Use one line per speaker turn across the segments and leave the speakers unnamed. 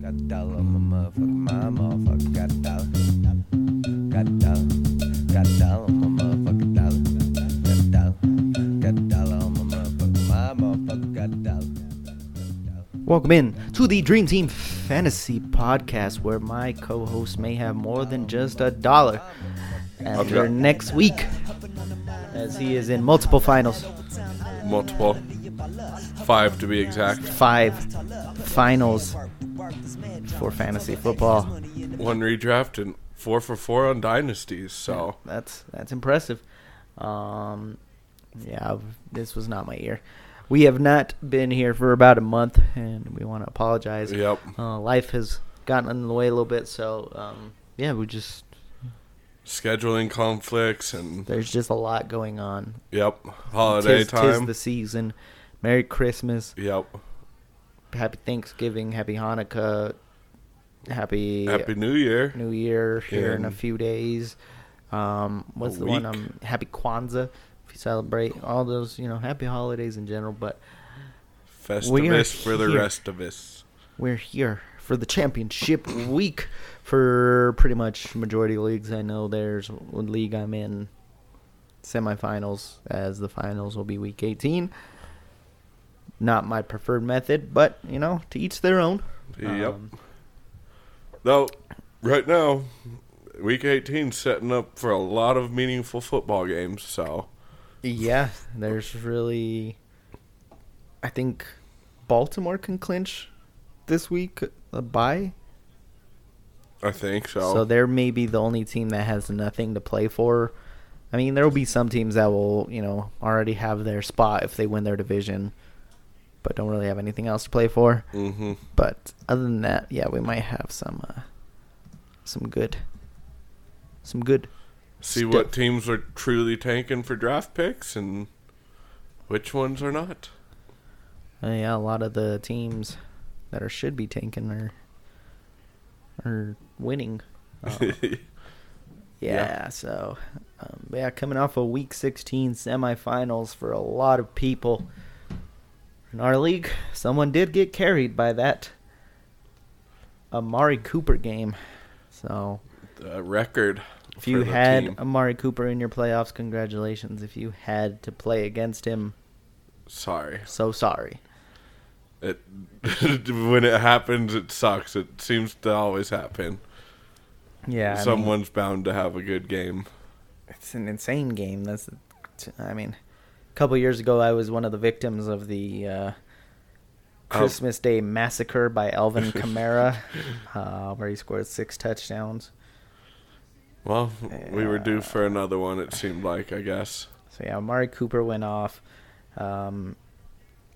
Got dollar, my motherfucking my motherfucker. Got dollar, got dollar, got dollar, my motherfucking dollar. Got dollar, got dollar, my motherfucking my motherfucker. Got dollar.
Welcome in to the Dream Team Fantasy Podcast, where my co hosts may have more than just a dollar after
got-
next week, as he is in multiple finals.
multiple. Five to be exact.
Five finals for fantasy football.
One redraft and four for four on dynasties. So
That's that's impressive. Um, yeah, I've- this was not my year. We have not been here for about a month, and we want to apologize.
Yep.
Uh, life has gotten in the way a little bit, so um, yeah, we just
scheduling conflicts and
there's just a lot going on.
yep, holiday
tis,
time.
Tis the season. Merry Christmas.
yep.
Happy Thanksgiving. Happy Hanukkah. Happy,
Happy New Year.
New Year here in a
In
few days. Um, what's the one?
week.
Um, happy Kwanzaa. If you celebrate all those, you know, happy holidays in general. But We are
Festivus for the
here.
rest of us.
we're here for the championship week for pretty much majority of leagues. I know there's one league I'm in semifinals as the finals will be week 18. Not my preferred method, but you know, to each their own.
Yep.
Um,
Though, right now, week 18 's setting up for a lot of meaningful football games. So
yeah, there's really I think Baltimore can clinch this week a bye.
I think so.
So they're maybe the only team that has nothing to play for. I mean, there will be some teams that will, you know, already have their spot if they win their division, but don't really have anything else to play for.
mm-hmm.
But other than that, yeah, we might have some, uh, some good, some good.
See
Stuff.
what teams are truly tanking for draft picks and which ones are not.
Uh, yeah, a lot of the teams that are should be tanking are are winning. Uh, Yeah,
Yeah.
so um, yeah, coming off a week 16 semifinals for a lot of people in our league, someone did get carried by that Amari Cooper game. So
the record.
if
for
you
the
had
team.
Amari Cooper in your playoffs, congratulations. If you had to play against him,
sorry,
so sorry.
it when it happens, it sucks. It seems to always happen.
Yeah,
Someone's bound to have a good game.
it's an insane game. That's, I mean, a couple years ago, I was one of the victims of the uh, Christmas Day massacre by Alvin Kamara, uh, where he scored six touchdowns.
Well, we were due for another one. It seemed like I guess.
So yeah, Amari Cooper went off. Um,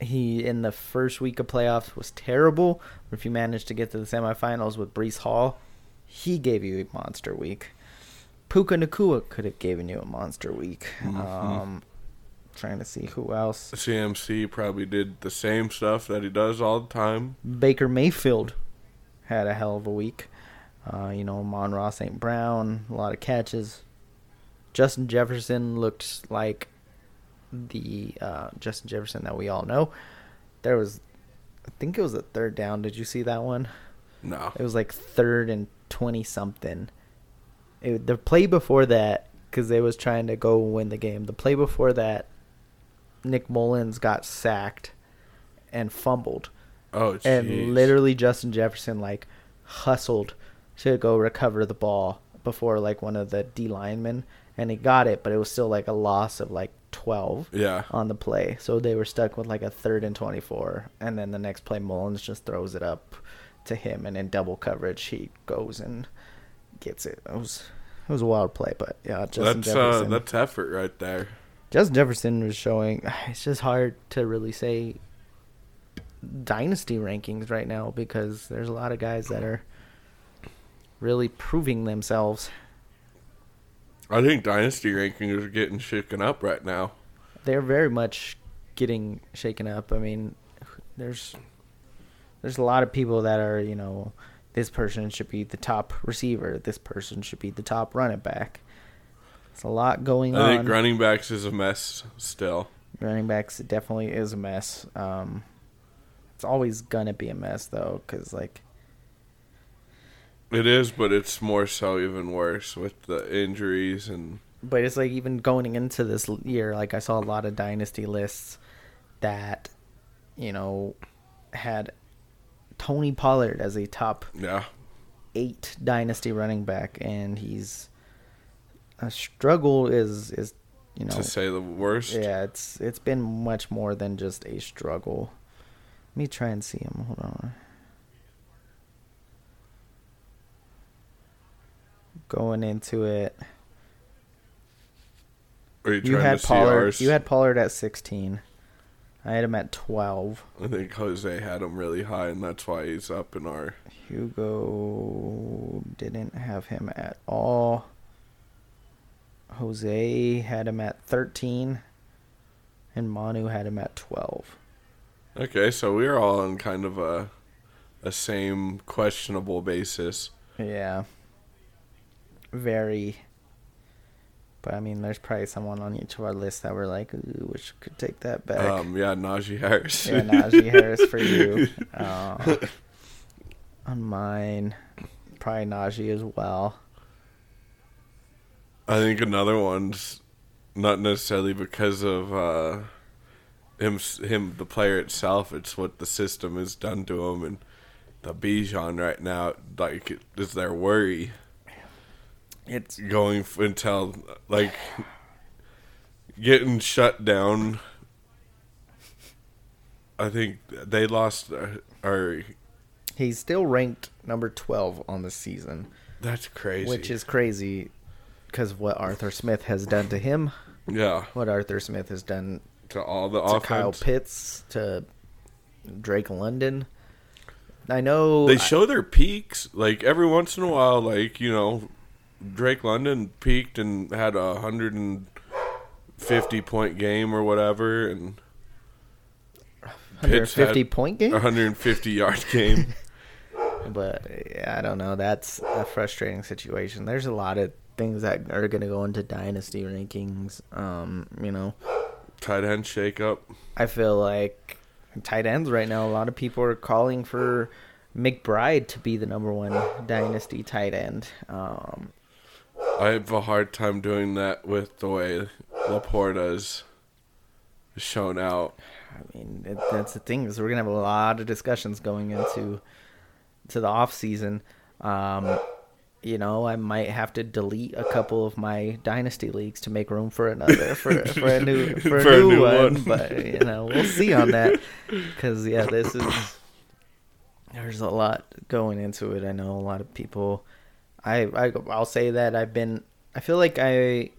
he in the first week of playoffs was terrible. But if you managed to get to the semifinals with Brees Hall, he gave you a monster week. Puka Nakua could have given you a monster week. Um, trying to see who else.
CMC probably did the same stuff that he does all the time.
Baker Mayfield had a hell of a week. Uh, you know, Mon Ross St. Brown, a lot of catches. Justin Jefferson looked like the uh, Justin Jefferson that we all know. There was, I think it was a third down. Did you see that one?
No,
It was like third and 20 something. It, the play before that, because they was trying to go win the game, the play before that, Nick Mullins got sacked and fumbled
oh,
and
jeez.
literally Justin Jefferson like hustled to go recover the ball before like one of the D linemen and he got it, but it was still like a loss of like 12
Yeah.
on the play. So they were stuck with like a third and 24 and then the next play Mullins just throws it up to him and in double coverage he goes and gets it. It was it was a wild play, but yeah, Justin
that's uh,
Jefferson.
that's effort right there.
Justin Jefferson was showing. It's just hard to really say dynasty rankings right now because there's a lot of guys that are really proving themselves.
I think dynasty rankings are getting shaken up right now.
They're very much getting shaken up. I mean, there's there's a lot of people that are you know this person should be the top receiver. This person should be the top running back. It's a lot going
I
on.
think running backs is a mess still.
Running backs it definitely is a mess. Um, it's always gonna be a mess though, because like
It is, but it's more so even worse with the injuries and
But it's like even going into this l- year, like I saw a lot of dynasty lists that, you know, had Tony Pollard as a top
yeah.
eight dynasty running back, and he's a struggle is is you know
to say the worst.
yeah it's it's been much more than just a struggle. Let me try and see him. Hold on. Going into it,
Are you trying
you
to
had
see
Pollard.
ours?
You had Pollard at sixteen. I had him at twelve.
I think Jose had him really high, and that's why he's up in our.
Hugo didn't have him at all. Jose had him at 13, and Manu had him at 12.
Okay, so we're all on kind of a, a same questionable basis.
Yeah. Very. But I mean, there's probably someone on each of our lists that were like, Ooh, wish we could take that back.
Um, yeah, Najee Harris.
yeah, Najee Harris for you. Uh, on mine, probably Najee as well.
I think another one's not necessarily because of uh, him, him, the player itself. It's what the system has done to him, and the Bijan right now, like, is their worry.
It's
going f- until like getting shut down. I think they lost. uh, Or
He's still ranked number 12 on the season,
that's crazy.
which is crazy because of what Arthur Smith has done to him,
yeah
what Arthur Smith has done
to all the
to
offense.
Kyle Pitts, to Drake London. I know.
They show their peaks like every once in a while. Like you know, Drake London peaked and had a hundred and fifty point game or whatever, and
150
Pitts had
point game,
a hundred and fifty yard game.
but yeah, I don't know. That's a frustrating situation. There's a lot of things that are going to go into dynasty rankings. Um, you know,
Tight end shake up.
I feel like tight ends right now. A lot of people are calling for McBride to be the number one dynasty tight end. Um,
I have a hard time doing that with the way Laporta's shown out.
I mean, it, that's the thing is we're gonna have a lot of discussions going into to the off season. Um, you know, I might have to delete a couple of my dynasty leagues to make room for another for, for a new for a, new, one. But you know, we'll see on that because yeah, this is there's a lot going into it. I know a lot of people. I, I I'll say that I've been. I feel like I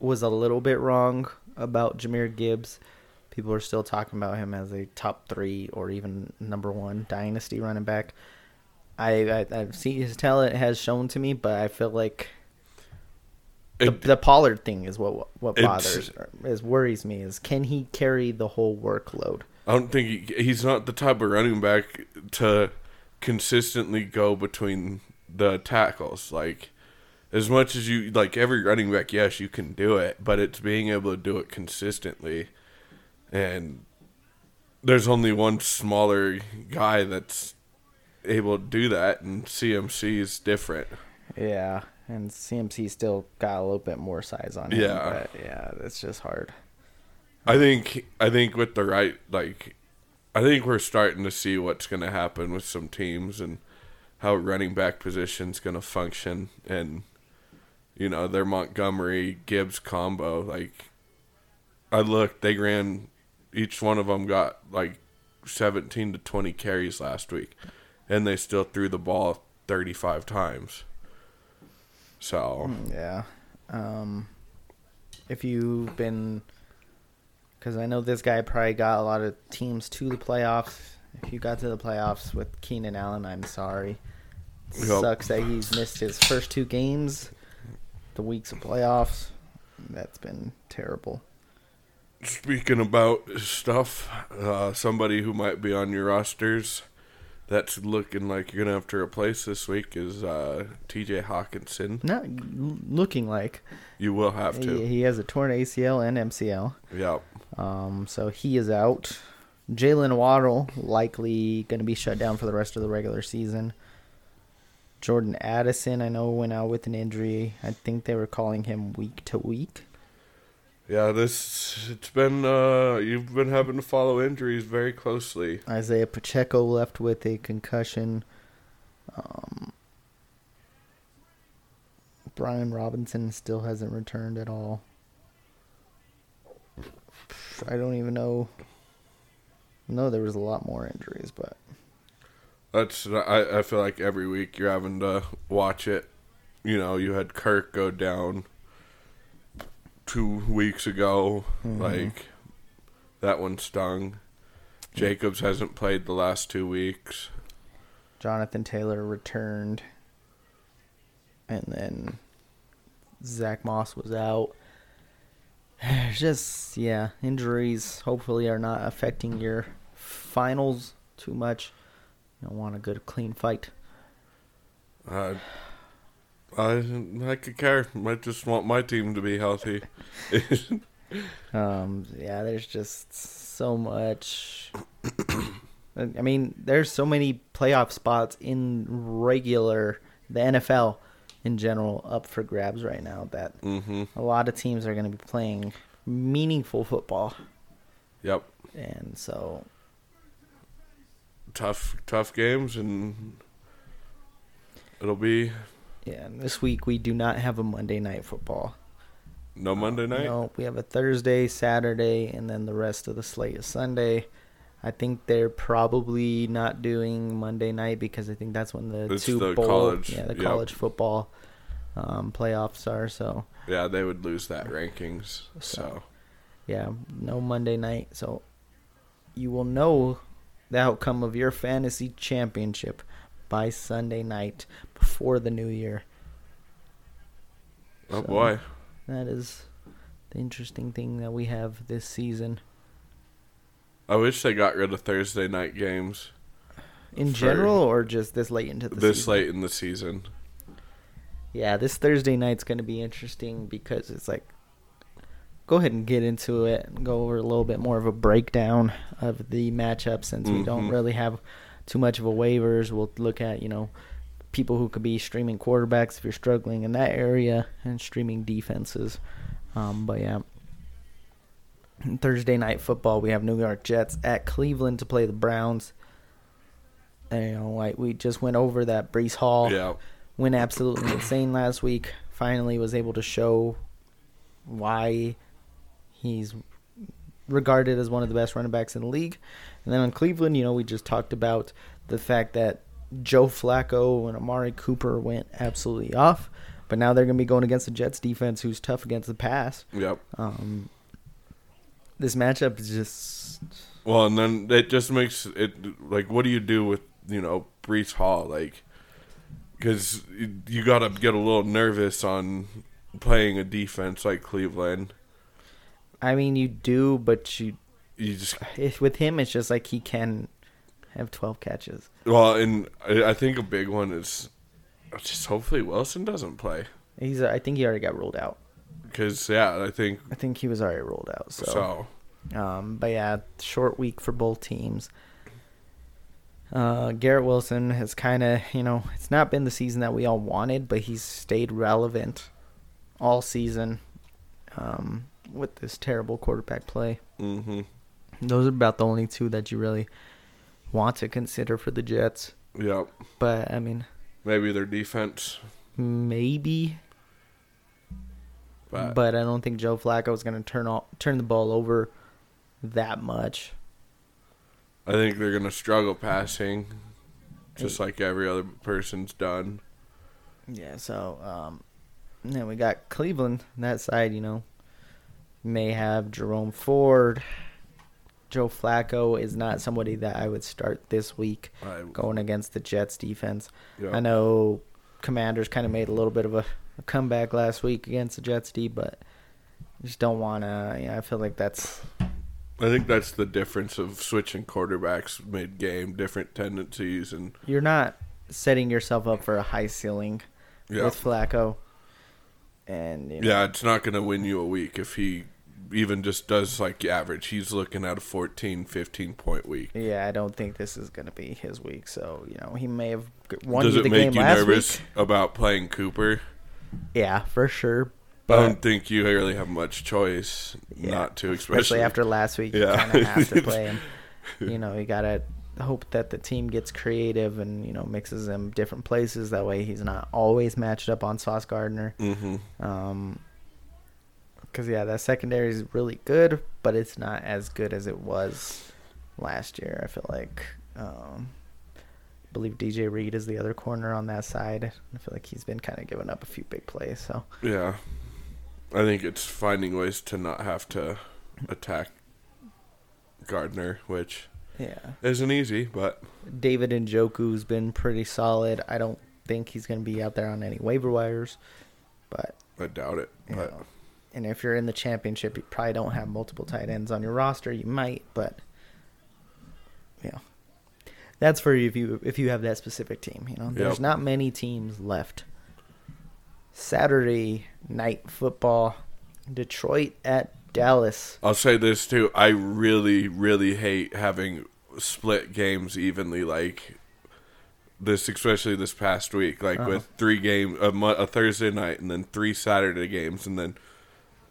was a little bit wrong about Jameer Gibbs. People are still talking about him as a top three or even number one dynasty running back. I, I I've seen his talent has shown to me, but I feel like the,
It-
the Pollard thing is what what
It's-
bothers is worries me is can he carry the whole workload?
I don't think he, he's not the type of running back to consistently go between the tackles. Like as much as you like every running back, yes, you can do it, but it's being able to do it consistently. And there's only one smaller guy that's able to do that, and CMC is different.
Yeah, and CMC still got a little bit more size on him.
Yeah.
but yeah, that's just hard.
I think I think with the right like I think we're starting to see what's going to happen with some teams and how running back position's going to function and you know their Montgomery Gibbs combo like I looked they ran each one of them got like 17 to 20 carries last week and they still threw the ball 35 times. So
Yeah. Um, if you've been, because I know this guy probably got a lot of teams to the playoffs. If you got to the playoffs with Keenan Allen, I'm sorry.
Yep.
Sucks that he's missed his first two games, the weeks of playoffs. That's been terrible.
Speaking about stuff, uh, somebody who might be on your rosters that's looking like you're gonna have to replace this week is uh, T.J. Hawkinson.
Not l- looking like
You will have
he,
to.
he has a torn ACL and MCL.
Yeah,
Um, so he is out. Jalen Waddle likely going to be shut down for the rest of the regular season. Jordan Addison, I know, went out with an injury. I think they were calling him week to week.
Yeah, this it's been uh you've been having to follow injuries very closely.
Isaiah Pacheco left with a concussion. Um, Brian Robinson still hasn't returned at all. I don't even know. No, there was a lot more injuries, but
That's I, I feel like every week you're having to watch it. You know, you had Kirk go down two weeks ago.
Mhm.
Like that one stung. Jacobs hasn't played the last two weeks.
Jonathan Taylor returned, and then Zach Moss was out. It's Just yeah, injuries hopefully are not affecting your finals too much. You don't want a good clean fight.
I I I could care. I just want my team to be healthy.
Um, yeah, there's just so much. I mean, there's so many playoff spots in regular the NFL in general up for grabs right now that
hmm
a lot of teams are going to be playing meaningful football,
Yep.
and so
Tough tough games and it'll be
yeah, and this week we do not have a Monday night football.
no Monday night.
No, we have a Thursday, Saturday, and then the rest of the slate is Sunday. I think they're probably not doing Monday night because I think that's when the
It's
two
the
bowl,
college,
yeah, the
yep.
college football um, playoffs are. So
Yeah, they would lose that rankings. So
yeah, no Monday night. So you will know the outcome of your fantasy championship by Sunday night before the new year.
oh
So-
boy.
That is the interesting thing that we have this season.
I wish they got rid of Thursday night games
In
For-
general, or just this late into the
this
season?
late in the season.
Yeah, this Thursday night's going to be interesting because it's like, go ahead and get into it and go over a little bit more of a breakdown of the matchup since we don't
Mhm.
really have too much of a waivers. We'll look at, you know, people who could be streaming quarterbacks if you're struggling in that area and streaming defenses. Um, but yeah. Thursday night football, we have New York Jets at Cleveland to play the Browns. And, you know, like we just went over that Brees Hall
Yeah.
went absolutely insane last week. Finally, was able to show why he's regarded as one of the best running backs in the league. And then on Cleveland, you know, we just talked about the fact that Joe Flacco and Amari Cooper went absolutely off. But now they're going to be going against the Jets defense, who's tough against the pass.
Yep.
Um, this matchup is just
Well, and then it just makes it like, what do you do with you know Brees Hall? Like, because you got to get a little nervous on playing a defense like Cleveland.
I mean, you do, but you
You just
if, with him, it's just like he can have twelve catches.
well, and I I think a big one is just hopefully Wilson doesn't play
He's I think he already got ruled out.
because yeah, I think
I think he was already ruled out. So,
so.
um, but yeah, short week for both teams. Uh, Garrett Wilson has kind of, you know, it's not been the season that we all wanted, but he's stayed relevant all season um, with this terrible quarterback play.
hmm
Those are about the only two that you really want to consider for the Jets.
Yep.
But I mean,
Maybe their defense,
maybe
but,
but I don't think Joe Flacco is going to turn all, turn the ball over that much.
I think they're gonna struggle passing, just like every other person's done.
Yeah. So um, and then we got Cleveland on that side. You know, may have Jerome Ford. Joe Flacco is not somebody that I would start this week
I,
going against the Jets defense.
yeah.
I know Commanders kind of made a little bit of a, a comeback last week against the Jets D, but just don't want to. Yeah, I feel like that's
I think that's the difference of switching quarterbacks mid game, different tendencies, and
you're not setting yourself up for a high ceiling
yeah,
with Flacco. And you know,
yeah, it's not going to win you a week if he even just does like average, he's looking at a 14, 15 point week.
Yeah, I don't think this is going to be his week. So you know, he may have g- won
does
you
it
the
make
game
you
last
nervous
week.
about playing Cooper?
Yeah, for sure.
I don't think you really have much choice
Yeah,
not to, especially,
especially after last week. You
Yeah.
kind of have to play him. You know, you gotta hope that the team gets creative and you know mixes him different places. That way, he's not always matched up on Sauce Gardner.
hmm
Um, because yeah, that secondary is really good, but it's not as good as it was last year. I feel like. Um, I believe DJ Reed is the other corner on that side. I feel like he's been kind of giving up a few big plays. So
Yeah, I think it's finding ways to not have to attack Gardner, which
yeah,
isn't easy, but
David Njoku's been pretty solid. I don't think he's going to be out there on any waiver wires, but
I doubt it.
you
But
know, and if you're in the championship, you probably don't have multiple tight ends on your roster. You might, but yeah, that's for if you if you have that specific team. You know, there's
Yep.
not many teams left. Saturday night football, Detroit at Dallas.
I'll say this too. I really, really hate having split games evenly like this, especially this past week. Like with
Uh-huh.
three game a, mo- a Thursday night and then three Saturday games and then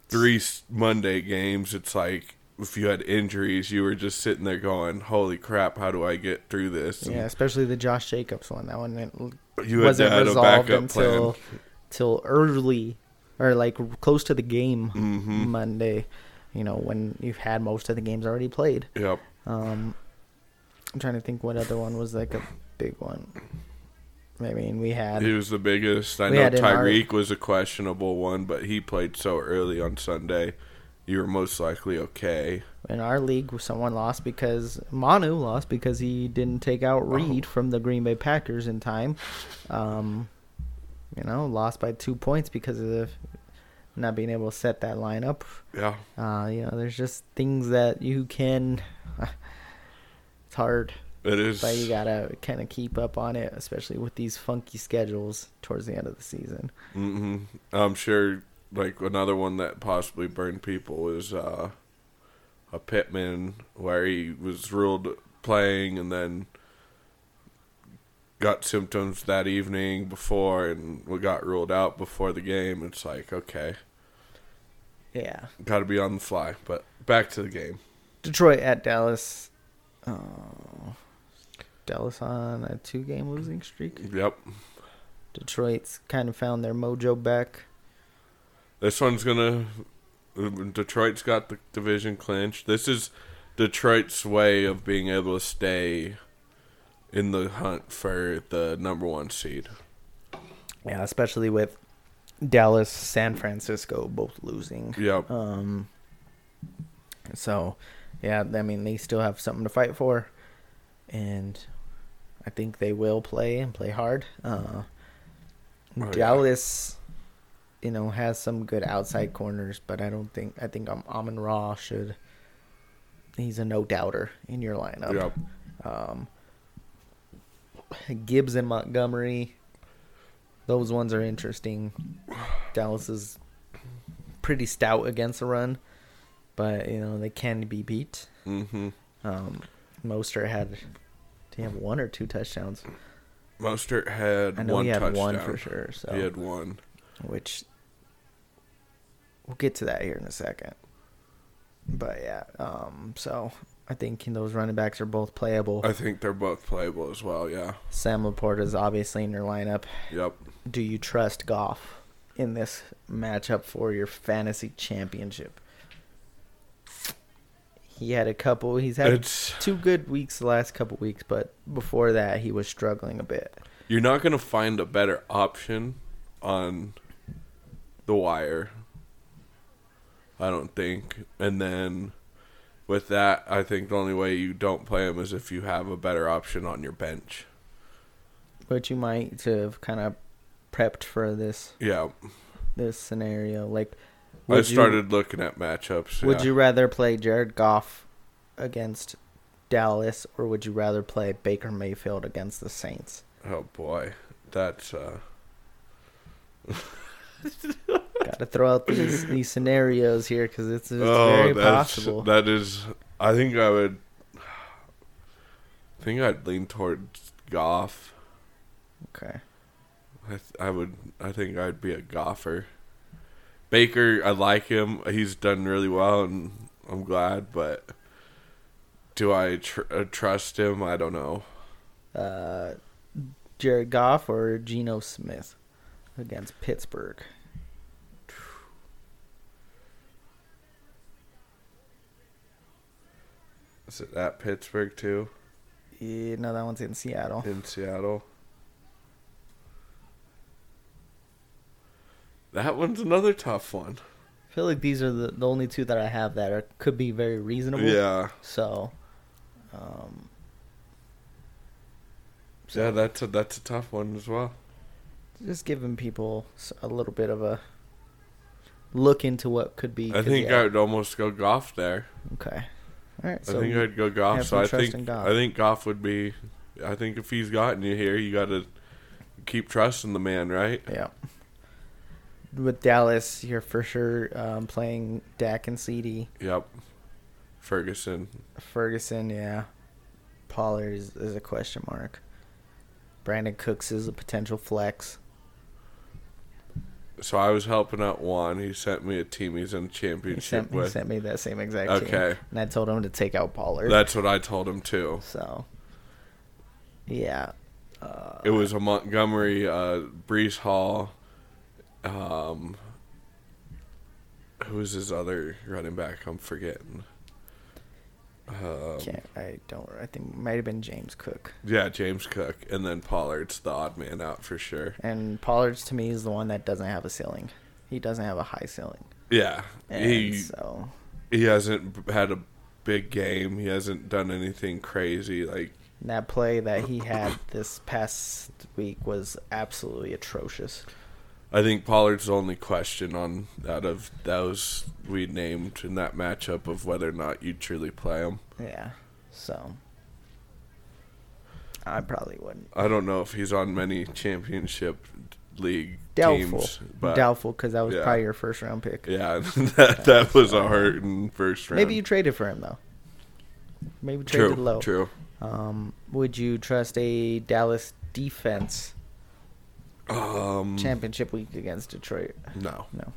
three s- Monday games. It's like if you had injuries, you were just sitting there going, "Holy crap! How do I get through this?"
Yeah, especially the Josh Jacobs one. That one it
you had to
wasn't
add a
resolved
backup
until
plan.
till early or like close to the game
Mm-hmm.
Monday. You know when you've had most of the games already played.
Yep.
Um, I'm trying to think what other one was like a big one. I mean, we had
He was the biggest. I
We
know
had in our-
Tyreek was a questionable one, but he played so early on Sunday. You were most likely okay.
in our league someone lost because Manu lost because he didn't take
Oh.
out Reed from the Green Bay Packers in time. Um, you know, lost by two points because of not being able to set that line up.
Yeah.
Uh, you know, there's just things that you can. It's hard,
It is.
but you gotta kind of keep up on it, especially with these funky schedules towards the end of the season.
hmm I'm sure, like, another one that possibly burned people was uh, a Pittman where he was ruled playing and then got symptoms that evening before and we got ruled out before the game. It's like, okay,
Yeah.
got to be on the fly. But back to the game.
Detroit at Dallas. Oh, Dallas on a two game losing streak.
Yep.
Detroit's kind of found their mojo back.
This one's gonna. Detroit's got the division clinched. This is Detroit's way of being able to stay in the hunt for the number one seed.
Yeah, especially with Dallas, San Francisco both losing.
Yep.
Um so yeah, I mean they still have something to fight for and I think they will play and play hard. Uh
yeah.
Dallas you know has some good outside corners, but I don't think I think um, Amon Ra should he's a no doubter in your lineup.
Yep.
Um, Gibbs and Montgomery. Those ones are interesting. Dallas is pretty stout against the run, but you know they can be beat.
Mm-hmm.
Um, Moster had, he have one or two touchdowns?
Mostert had
I know
one
he had
touchdown.
one for sure. So
He had one.
which we'll get to that here in a second. But yeah, um, so I think those running backs are both playable.
I think they're both playable as well. Yeah.
Sam Laporta is obviously in your lineup.
Yep.
do you trust Goff in this matchup for your fantasy championship? He had a couple. He's had
It's-
two good weeks the last couple weeks, but before that, he was struggling a bit.
You're not gonna find a better option on the wire. I don't think. And then with that, I think the only way you don't play him is if you have a better option on your bench.
But you might have kind of prepped for this
Yeah,
this scenario. Like,
I
would you-
started looking at matchups.
Would
yeah.
you rather play Jared Goff against Dallas, or would you rather play Baker Mayfield against the Saints?
Oh boy, that's uh,
Got to throw out these, these scenarios here because it's, it's very
oh, that's
possible.
that is. I think I would. I think I'd lean towards Goff.
Okay.
I, th- I would. I think I'd be a golfer. Baker, I like him. He's done really well, and I'm glad. But do I tr- uh, trust him? I don't know.
Uh, Jared Goff or Geno Smith against Pittsburgh.
Is it at Pittsburgh too
Yeah, no, that one's in Seattle.
in Seattle? That one's another tough one.
I feel like these are the, the only two that I have that are could be very reasonable.
Yeah,
So, um,
yeah, that's a that's a tough one as well.
just giving people s- a little bit of a look into what could be.
I
'cause,
think
yeah,
I'd almost go golf there.
okay. All right.
I
So
think I'd go golf.
have
So
some
I
trust
think
in Goff.
I think golf would be. I think if he's gotten you here, you got to keep trusting the man, right?
yeah. With Dallas, you're for sure um, playing Dak and CD.
Yep. Ferguson.
Ferguson, yeah. Pollard is, is a question mark. Brandon Cooks is a potential flex.
So I was helping out Juan. He sent me a team he's in
He
championship
sent, he
with.
sent me that same exact team.
Okay.
And I told him to take out Pollard.
That's what I told him too.
so, yeah. Uh,
It was a Montgomery, uh, Brees Hall. Um, who was his other running back? I'm forgetting. Um,
can't, I don't. I think it might have been James Cook.
yeah, James Cook, and then Pollard's the odd man out for sure.
And Pollard's to me is the one that doesn't have a ceiling. He doesn't have a high ceiling.
Yeah,
And uh,
he
so,
he hasn't had a big game. He hasn't done anything crazy. Like
that play that he had this past week was absolutely atrocious.
I think Pollard's the only question on out of those we named in that matchup of whether or not you truly play him.
Yeah. So I probably wouldn't.
I don't know if he's on many championship league
Doubtful.
teams, but
Doubtful because that was
yeah.
probably your first round pick.
yeah, that that was a hurting first round.
Maybe you traded for him though. Maybe
true,
traded low.
true.
Um, would you trust a Dallas defense
Um,
championship week against Detroit?
no,
No.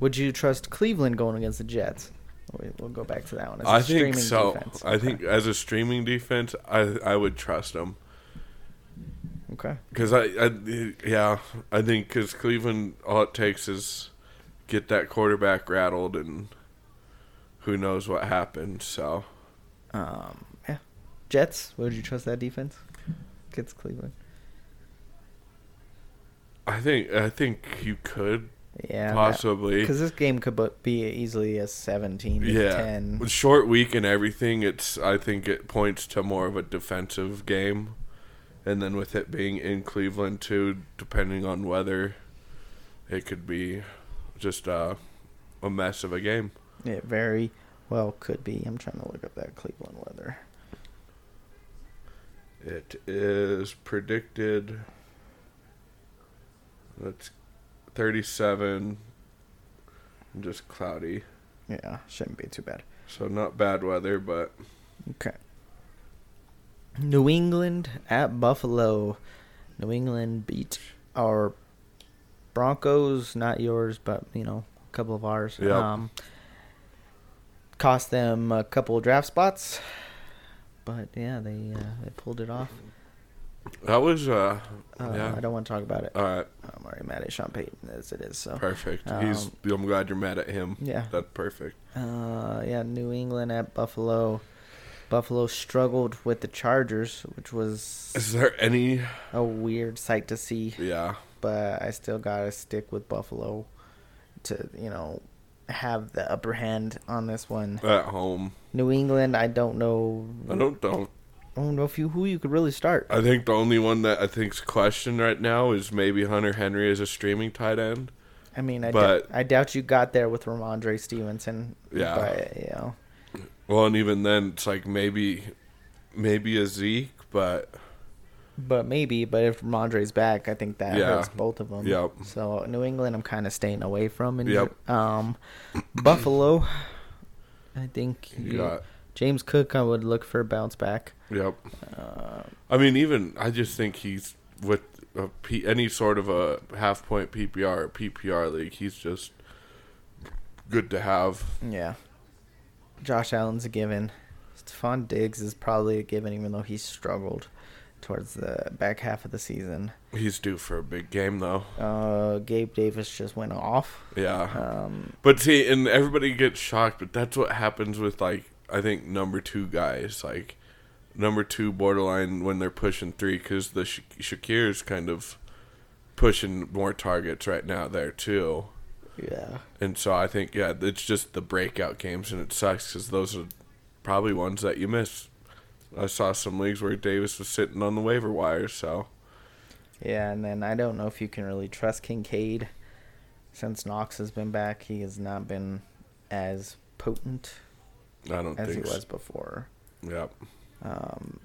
Would you trust Cleveland going against the Jets? We- We'll go back to that one. It's
I
a
think
streaming
so.
defense.
I think as a streaming defense, I I would trust him.
Okay.
Because I, I, yeah, I think because Cleveland, all it takes is get that quarterback rattled, and who knows what happens. So
Um, yeah. Jets. Would you trust that defense? Against Cleveland.
I think I think you could
Yeah. that-
possibly,
Because this game could bu- be easily a 17 to
yeah,
10.
with short week and everything. It's I think it points to more of a defensive game, and then with it being in Cleveland too, depending on weather, it could be just a, a mess of a game.
It very well could be. I'm trying to look up that Cleveland weather.
It is predicted. That's 37. and Just cloudy.
Yeah, shouldn't be too bad.
So not bad weather, but
Okay. New England at Buffalo. New England beat our Broncos, not yours, but, you know, a couple of ours. Um,
Yep.
cost them a couple of draft spots. But, yeah, they, uh, they pulled it off.
that was uh,
Uh,
yeah.
I don't want to talk about it.
All right,
I'm already mad at Sean Payton as it is. So
perfect. He's.
Um,
I'm glad you're mad at him.
yeah,
That's perfect.
uh, yeah. New England at Buffalo. Buffalo struggled with the Chargers, which was
Is there any?
a weird sight to see.
Yeah,
But I still gotta stick with Buffalo to you know have the upper hand on this one.
at home.
New England, I don't know.
I don't know.
I don't know if you who you could really start.
I think the only one that I think's questioned right now is maybe Hunter Henry as a streaming tight end.
I mean, I,
But-
dou- I doubt you got there with Ramondre Stevenson.
Yeah.
but you know,
Well, and even then, it's like maybe, maybe a Zeke, but
But maybe, but if Ramondre's back, I think that
Yeah.
hurts both of them.
Yep.
So New England, I'm kind of staying away from. And
Yep.
um, Buffalo, I think
You got
James Cook. I would look for a bounce back.
Yep. I mean, even I just think he's with a P, any sort of a half point PPR or PPR league, he's just good to have.
Yeah. Josh Allen's a given. Stephon Diggs is probably a given, even though he struggled towards the back half of the season.
He's due for a big game though.
Uh, Gabe Davis just went off.
Yeah.
Um,
But see, and everybody gets shocked, but that's what happens with like I think number two guys, like number two borderline when they're pushing three, because the Sha- Shakir's kind of pushing more targets right now there too.
yeah.
And so I think yeah, it's just the breakout games, and it sucks because those are probably ones that you miss. I saw some leagues where Davis was sitting on the waiver wire, so
Yeah, and then I don't know if you can really trust Kincaid since Knox has been back. He has not been as potent
I don't
as he
think. so.
was before.
Yep.
Um,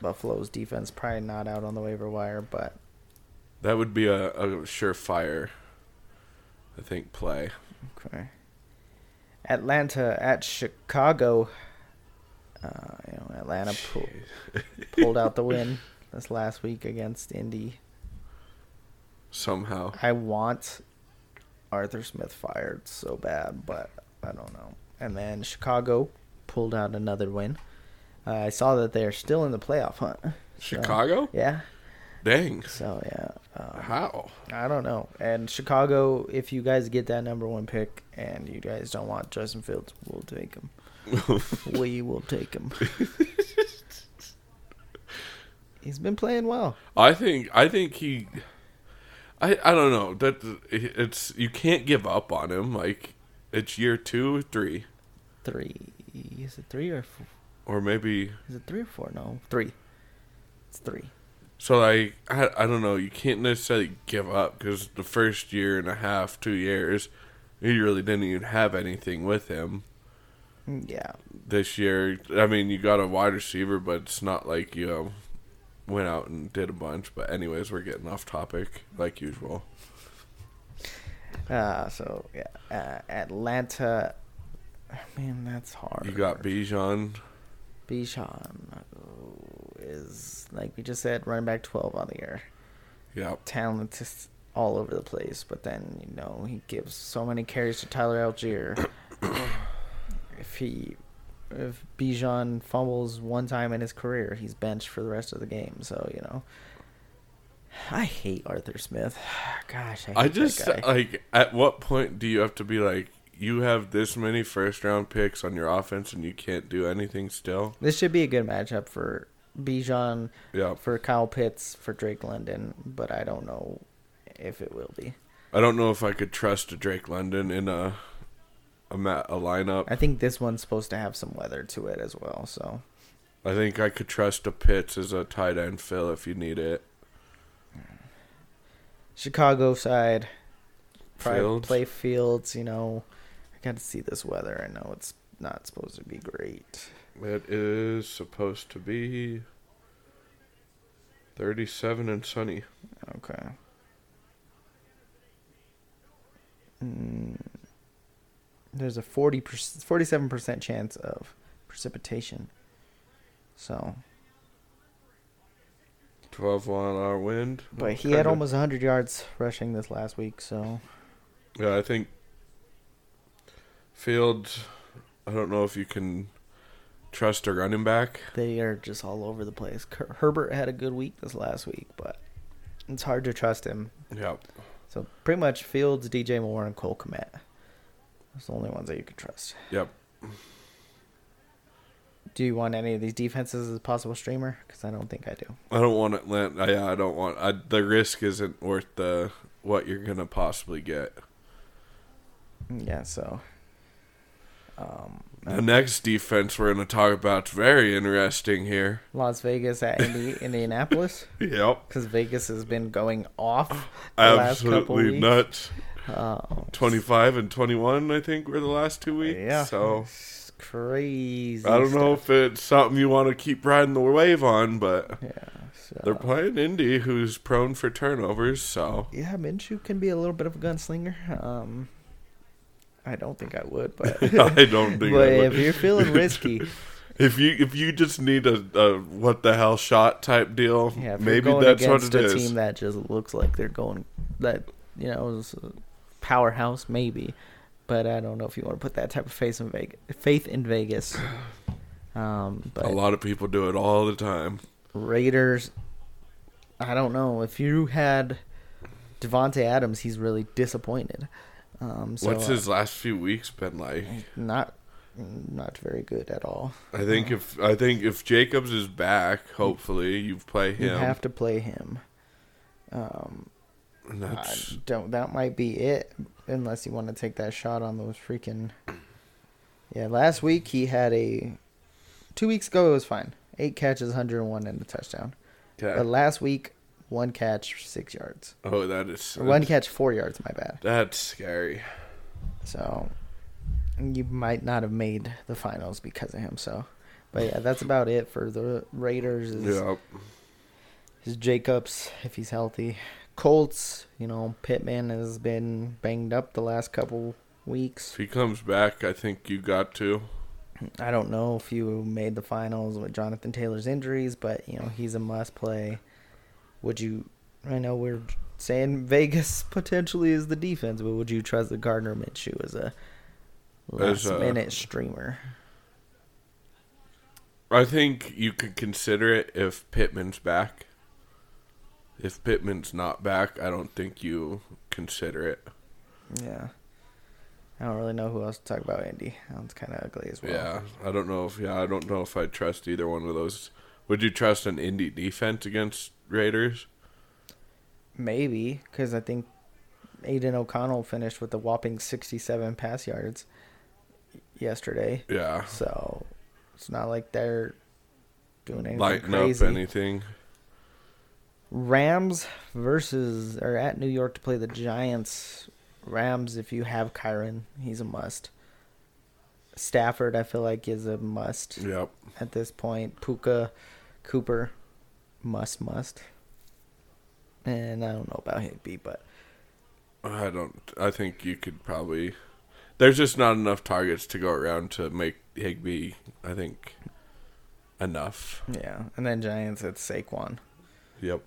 Buffalo's defense probably not out on the waiver wire, but
That would be a, a surefire, I think, play.
okay. Atlanta at Chicago. Uh, you know, Atlanta pull, pulled out the win this last week against Indy.
somehow.
I want Arthur Smith fired so bad, but I don't know. And then Chicago pulled out another win. Uh, I saw that they're still in the playoff hunt. So-
Chicago?
yeah.
Dang.
So yeah, um,
How?
I don't know. And Chicago, if you guys get that number one pick and you guys don't want Justin Fields, we'll take him. we will take him. He's been playing well.
I think I think he I I don't know. That it's you can't give up on him like it's year 2 or 3
Three is it three or four?
or maybe
Is it three or four? No, three. It's three.
so like I I don't know, you can't necessarily give up cuz the first year and a half, 2 years he really didn't even have anything with him.
Yeah,
This year, I mean, you got a wide receiver, but it's not like you know, went out and did a bunch. But anyways, we're getting off topic like usual.
Uh, so yeah, uh, Atlanta. Man, that's hard.
You got Bijan.
Bijan oh, is like we just said, running back twelve on the year.
Yep.
Talent is all over the place, but then you know he gives so many carries to Tyler Algier. if he, if Bijan fumbles one time in his career, he's benched for the rest of the game. So you know, I hate Arthur Smith. Gosh, I, hate
I just uh,
that guy.
like at what point do you have to be like you have this many first round picks on your offense and you can't do anything still?
This should be a good matchup for Bijan,
Yeah.
for Kyle Pitts, for Drake London, but I don't know if it will be.
I don't know if I could trust a Drake London in a a, ma- a lineup.
I think this one's supposed to have some weather to it as well. So
I think I could trust a Pitts as a tight end fill if you need it.
Chicago side, probably
Fields.
play Fields. You know, I got to see this weather. I know it's not supposed to be great.
It is supposed to be 37 and sunny.
Okay. Mm, there's a 40 47 percent chance of precipitation. So
12 mile an hour wind.
But he had
Kinda-
almost 100 yards rushing this last week, so
Yeah, I think Fields. I don't know if you can trust a running back.
they are just all over the place. Her- Herbert had a good week this last week, but it's hard to trust him.
Yeah,
So pretty much Fields, DJ Moore, and Cole Komet. Those are the only ones that you can trust.
yep.
Do you want any of these defenses as a possible streamer? Because I don't think I do.
I don't want Atlanta. I, I don't want. I, the risk isn't worth the what you're gonna possibly get.
Yeah, so. Um,
The next defense we're gonna talk about's very interesting here.
Las Vegas at Indi- Indianapolis.
Yep,
Because Vegas has been going off the
absolutely
last
nuts.
couple weeks. Um,
Twenty-five and twenty-one, I think, were the last two weeks.
Yeah.
So
It's crazy.
I don't know
stuff.
if it's something you want to keep riding the wave on, but
Yeah. So
They're playing Indy, who's prone for turnovers, so
Yeah, Minshew can be a little bit of a gunslinger. Um, I don't think I would, but
I don't think.
but
I would.
if you're feeling risky,
if you if you just need a, a what the hell shot type deal,
yeah, if
maybe
you're going
that's what
against
it
a
is.
team that just looks like they're going that you know is a powerhouse, maybe. But I don't know if you want to put that type of faith in Vegas. Faith in Vegas. Um, but
a lot of people do it all the time.
Raiders. I don't know if you had Devonte Adams. He's really disappointed. Um, so
What's
uh,
his last few weeks been like?
not not very good at all.
I think if I think if Jacobs is back, hopefully you play
You
him.
have to play him. Um,
And
I
that's-
don't. That might be it, unless you want to take that shot on those freaking. Yeah, last week he had a. Two weeks ago it was fine. Eight catches, 101, and a touchdown.
okay.
But last week, one catch, six yards.
oh, that is
Or one catch, four yards. My bad.
That's scary.
So you might not have made the finals because of him. So, but yeah, that's about it for the Raiders. Is,
Yeah,
is Jacobs if he's healthy. Colts, you know, Pittman has been banged up the last couple
if
weeks.
he comes back, I think you got to.
I don't know if you made the finals with Jonathan Taylor's injuries, but you know he's a must play. Would you? I know we're saying Vegas potentially is the defense, but would you trust the Gardner Minshew as a last
As a-
minute streamer?
I think you could consider it if Pittman's back. If Pittman's not back, I don't think you consider it.
Yeah. I don't really know who else to talk about, Andy. That one's kind of ugly as well.
Yeah, I don't know if yeah, I don't know if I trust either one of those. Would you trust an indie defense against Raiders?
Maybe, because I think Aiden O'Connell finished with a whopping 67 pass yards yesterday.
Yeah,
So it's not like they're doing anything
lighten
crazy.
up anything.
Rams versus, or at New York to play the Giants. Rams, if you have Kyron, he's a must. Stafford, I feel like, is a must.
Yep.
at this point. Puka, Cooper, must must. And I don't know about Higby, but
I don't. I think you could probably. There's just not enough targets to go around to make Higby. I think enough.
yeah. And then Giants at Saquon.
Yep.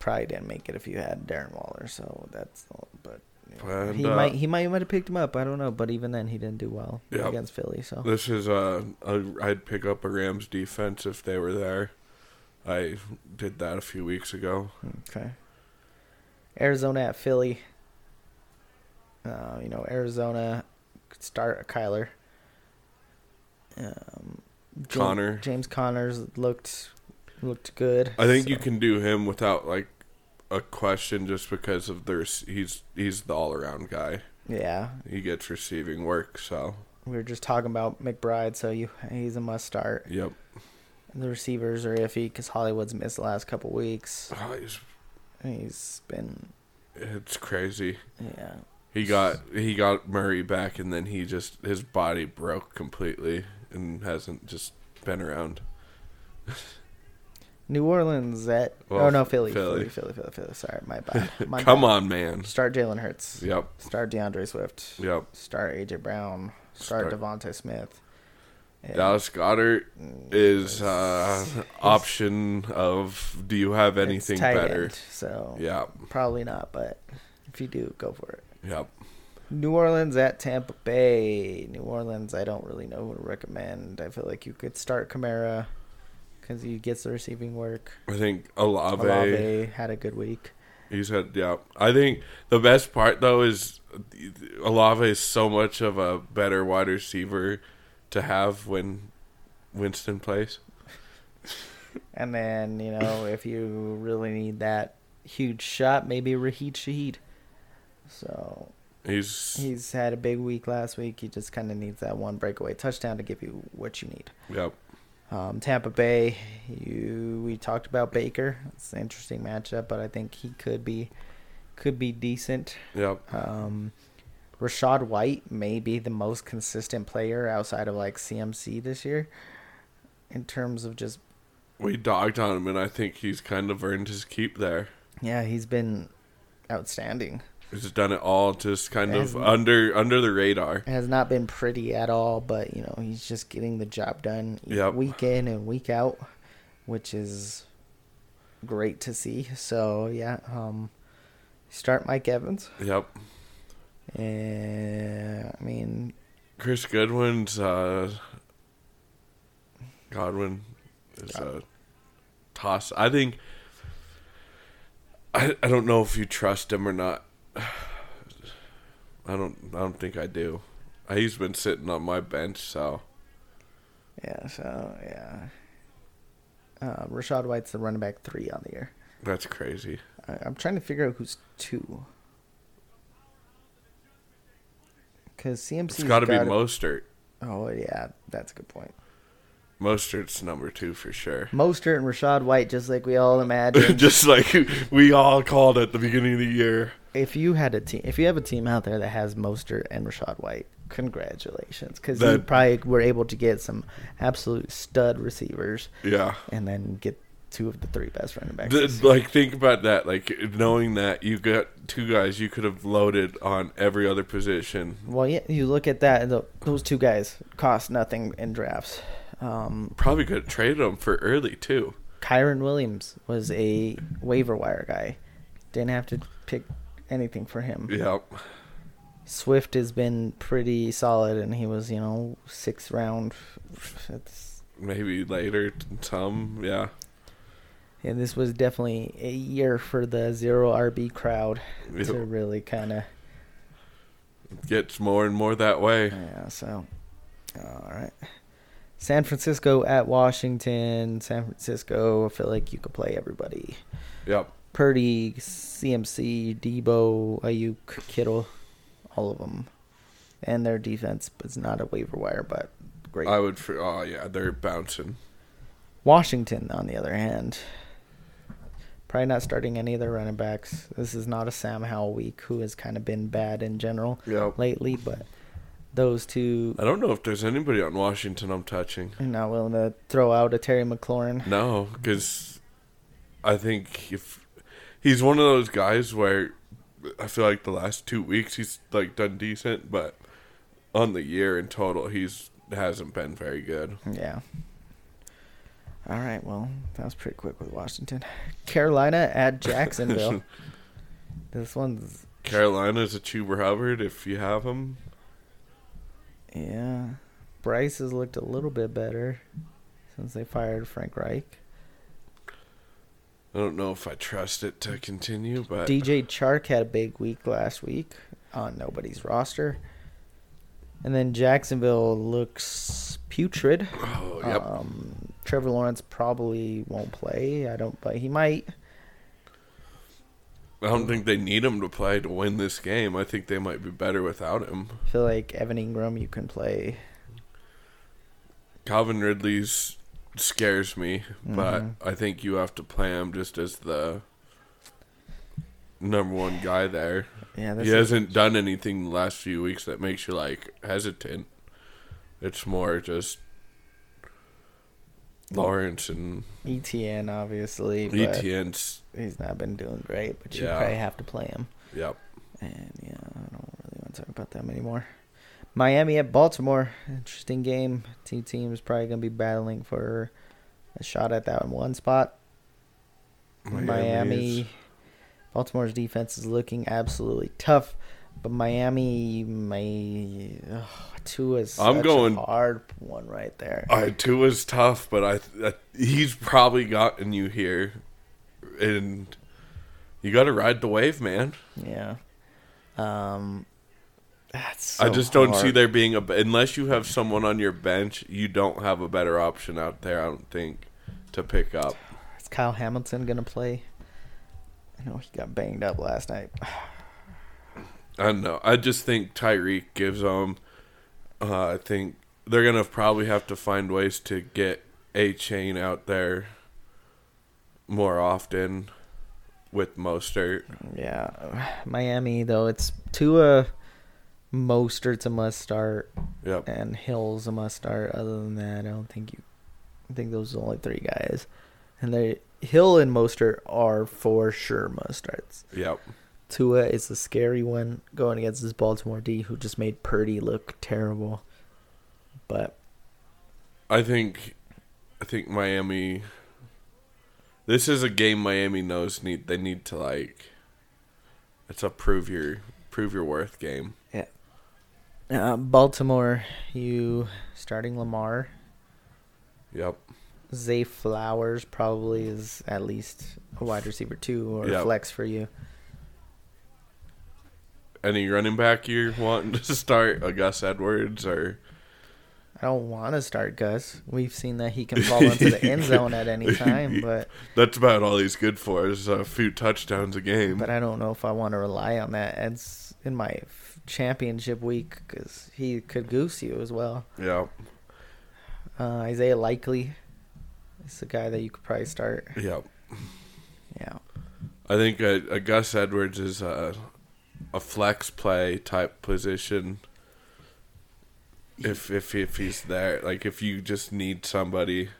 Probably didn't make it if you had Darren Waller, so that's all. But you know,
And,
he
uh,
might he might you might have picked him up. I don't know, but even then he didn't do well
Yeah.
against Philly. So
This is uh, a. I'd pick up a Rams defense if they were there. I did that a few weeks ago.
okay. Arizona at Philly. Uh, you know Arizona could start Kyler. Um, Jam-
Connor.
James Connors looked looked good.
I think
so-
you can do him without like a question, just because of there's he's he's the all around guy.
Yeah,
He gets receiving work, so
we were just talking about McBride, so you he's a must start.
yep.
The receivers are iffy because Hollywood's missed the last couple weeks.
Oh, he's,
He's been
it's crazy.
yeah
He got he got Murray back, and then he just his body broke completely and hasn't just been around.
New Orleans at
Well,
oh no Philly
Philly.
Philly Philly Philly, Philly. sorry my bad my
Come
bad.
on, man.
start Jalen Hurts
Yep,
start DeAndre Swift
yep.
start AJ Brown start,
Start-
Devontae Smith Yeah. Mm,
Dallas Goddard is uh, option of do you have
It's
anything
tight
better?
end, so
Yeah,
probably not but if you do go for it.
yep.
New Orleans at Tampa Bay. New Orleans, I don't really know who to recommend. I feel like you could start Kamara because he gets the receiving work.
I think Alave.
Olave had a good week.
He's had yeah. I think the best part though is Alave is so much of a better wide receiver to have when Winston plays.
And then, you know, if you really need that huge shot, maybe Raheed Shaheed. So
He's
he's had a big week last week. He just kind of needs that one breakaway touchdown to give you what you need.
yep.
Um, Tampa Bay, you we talked about Baker. It's an interesting matchup, but I think he could be could be decent.
Yep.
Um, Rashad White may be the most consistent player outside of like CMC this year in terms of just
we dogged on him, and I think he's kind of earned his keep there.
Yeah, he's been outstanding.
He's done it all, just kind of
Hasn't-
under under the radar.
It has not been pretty at all, but you know he's just getting the job done
Yep.
week in and week out, which is great to see. So yeah, um, start Mike Evans,
Yep.
and I mean
Chris Goodwin's uh, Godwin is a toss. I think I I don't know if you trust him or not. I don't I don't think I do. Uh, He's been sitting on my bench, so
yeah, so yeah, uh, Rashad White's the running back three on the year.
that's crazy.
I, I'm trying to figure out who's two. Because CMC.
It's got to be Mostert.
Oh yeah, that's a good point.
Mostert's number two for sure.
Mostert and Rashad White, just like we all imagined.
Just like we all called at the beginning of the year.
if you had a team, if you have a team out there that has Mostert and Rashad White, congratulations, because you
That-
probably were able to get some absolute stud receivers,
Yeah.
and then get two of the three best running backs.
Th- like think about that like knowing that you got two guys you could have loaded on every other position
well, yeah, you look at that, and tho- those two guys cost nothing in drafts. Um,
probably could have traded them for early too
Kyron Williams was a waiver wire guy, didn't have to pick anything for him.
yeah
Swift has been pretty solid, and he was, you know, sixth round. That's,
maybe later t- some yeah
yeah, this was definitely a year for the zero RB crowd
Yep.
to really kind of.
gets more and more that way
Yeah, so. All right. San Francisco at Washington. San Francisco, I feel like you could play everybody.
yep
Purdy, CMC, Debo, Ayuk, Kittle, all of them. And their defense was not a waiver wire, but great.
i would fr- oh yeah they're bouncing
Washington, on the other hand, probably not starting any of their running backs. This is not a Sam Howell week, who has kind of been bad in general
Yep.
lately, but those two
i don't know if there's anybody on washington i'm touching
are not willing to throw out a Terry McLaurin.
no because i think if he's one of those guys where i feel like the last two weeks he's like done decent but on the year in total he's hasn't been very good
Yeah. All right, well, that was pretty quick with Washington. Carolina at Jacksonville. this one's,
Carolina's a Chuba Hubbard if you have him.
yeah. Bryce has looked a little bit better since they fired Frank Reich.
I don't know if I trust it to continue, but
DJ Chark had a big week last week on nobody's roster. And then Jacksonville looks putrid.
oh yep,
Um, Trevor Lawrence probably won't play. I don't, but he might.
I don't think they need him to play to win this game. I think they might be better without him.
I feel like Evan Ingram, you can play.
Calvin Ridley's scares me,
Mhm.
but I think you have to play him just as the number one guy there.
Yeah, this
he
is,
hasn't done anything the last few weeks that makes you like hesitant. It's more just Lawrence and
ETN, E obviously. But
ETN's.
He's not been doing great, but you
E Yeah.
probably have to play him.
Yep.
And yeah, I don't really want to talk about them anymore. Miami at Baltimore, interesting game. Two teams probably gonna be battling for a shot at that one spot. Miami,
Miami's-
Baltimore's defense is looking absolutely tough, but Miami may ugh, two is
I'm
such
going-
a hard one right there.
I two is tough, but I, I he's probably gotten you here, and you got to ride the wave, man.
Yeah, um, that's
I
so
just don't see
hard.
there being a unless you have someone on your bench, you don't have a better option out there. I don't think to pick up.
Is Kyle Hamilton gonna play? I know he got banged up last night.
I don't know. I just think Tyreek gives them. Uh, I think they're gonna probably have to find ways to get a chain out there more often with Mostert.
Yeah, Miami though it's Tua, Mostert's a must start,
Yep.
and Hill's a must start. Other than that, I don't think you. I think those are the only three guys. and they Hill and Mostert are for sure must starts.
Yep.
Tua is the scary one going against this Baltimore D, who just made Purdy look terrible. But
I think I think Miami this is a game Miami knows need they need to like it's a prove your prove your worth game.
uh, Baltimore, you starting Lamar,
Yep.
Zay Flowers probably is at least a wide receiver two or a
Yeah.
flex for you.
Any running back you want to start? A Gus Edwards or
I don't want to start Gus. We've seen that he can fall into the end zone at any time, but
that's about all he's good for is a few touchdowns a game.
but I don't know if I want to rely on that as in my f- championship week because he could goose you as well.
yeah.
Uh, Isaiah Likely is the guy that you could probably start.
Yeah.
Yeah,
I think a, a Gus Edwards is a a flex play type position. If if if he's there, like if you just need somebody.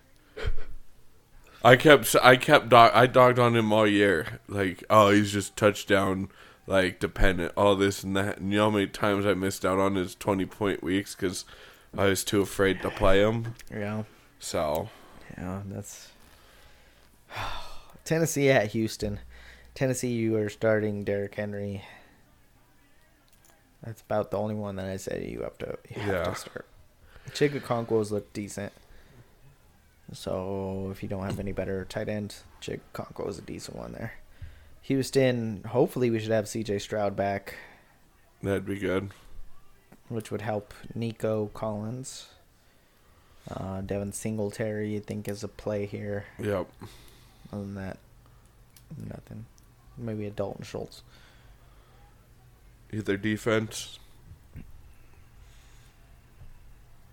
I kept I kept dog, I dogged on him all year. Like oh, he's just touchdown like dependent, all this and that. And you know how many times I missed out on his twenty point weeks because I was too afraid to play him.
yeah,
So
yeah. That's Tennessee at Houston. Tennessee, you are starting Derrick Henry. That's about the only one that I said you have to you have
Yeah.
to start. Chigakonkwo's look decent. So if you don't have any better tight end, Chigakonko is a decent one there. Houston, hopefully we should have CJ Stroud back,
that'd be good.
which would help Nico Collins. Uh, Devin Singletary, I think, is a play here.
Yep.
Other than that, nothing. Maybe a Dalton Schultz.
either defense.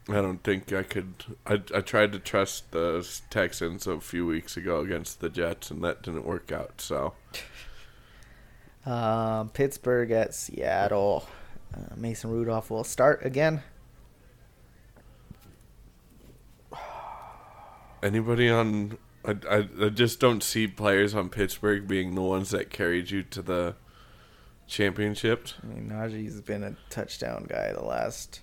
I don't think I could. I I tried to trust the Texans a few weeks ago against the Jets, and that didn't work out. So
Uh, Pittsburgh at Seattle. Uh, Mason Rudolph will start again.
anybody on, I, I I just don't see players on Pittsburgh being the ones that carried you to the championships.
I mean, Najee's been a touchdown guy the last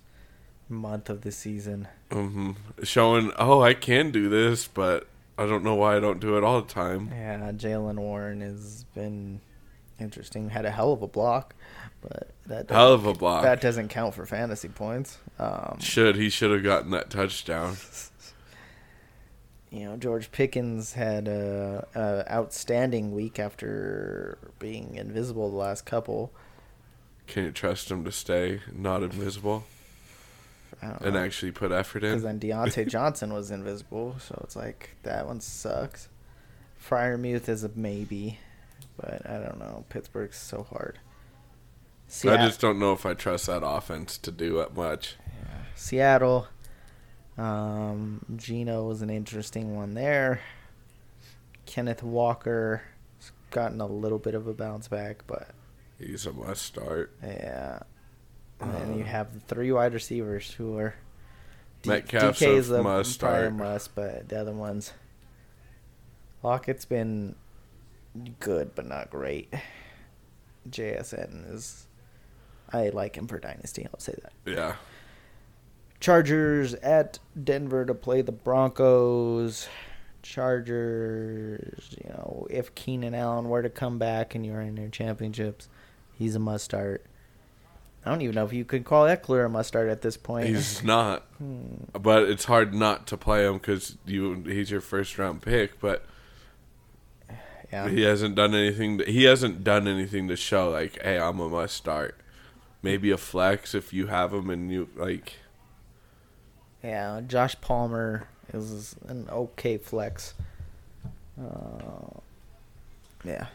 month of the season.
hmm Showing, oh, I can do this, but I don't know why I don't do it all the time.
Yeah, Jalen Warren has been interesting. Had a hell of a block, but that
Hell
doesn't,
of a block.
that doesn't count for fantasy points. Um,
should he should have gotten that touchdown?
you know, George Pickens had a, a outstanding week after being invisible the last couple.
Can you trust him to stay not invisible?
I don't
and
know.
actually put effort
Because
in.
then Deontay Johnson was invisible, so it's like that one sucks. Fryermuth is a maybe, but I don't know. Pittsburgh's so hard. Seat-
I just don't know if I trust that offense to do that much.
Seattle. Um, Gino was an interesting one there. Kenneth Walker has gotten a little bit of a bounce back, but
He's a must start.
yeah. And then you
Uh,
have the three wide receivers who are
Metcalf's
DK
a
is a
must
probably a
start.
must, but the other ones. Lockett's been good, but not great. JSN is. I like him for Dynasty. I'll say that.
Yeah.
Chargers at Denver to play the Broncos. Chargers, you know, if Keenan Allen were to come back and you're in your championships, he's a must start. I don't even know if you could call Eckler a must start at this point.
He's not.
Hmm.
But it's hard not to play him because you he's your first round pick, but
yeah.
he hasn't done anything. To, he hasn't done anything to show like, hey, I'm a must start. Maybe a flex if you have him and you like.
Yeah, Josh Palmer is an okay flex. Uh, yeah.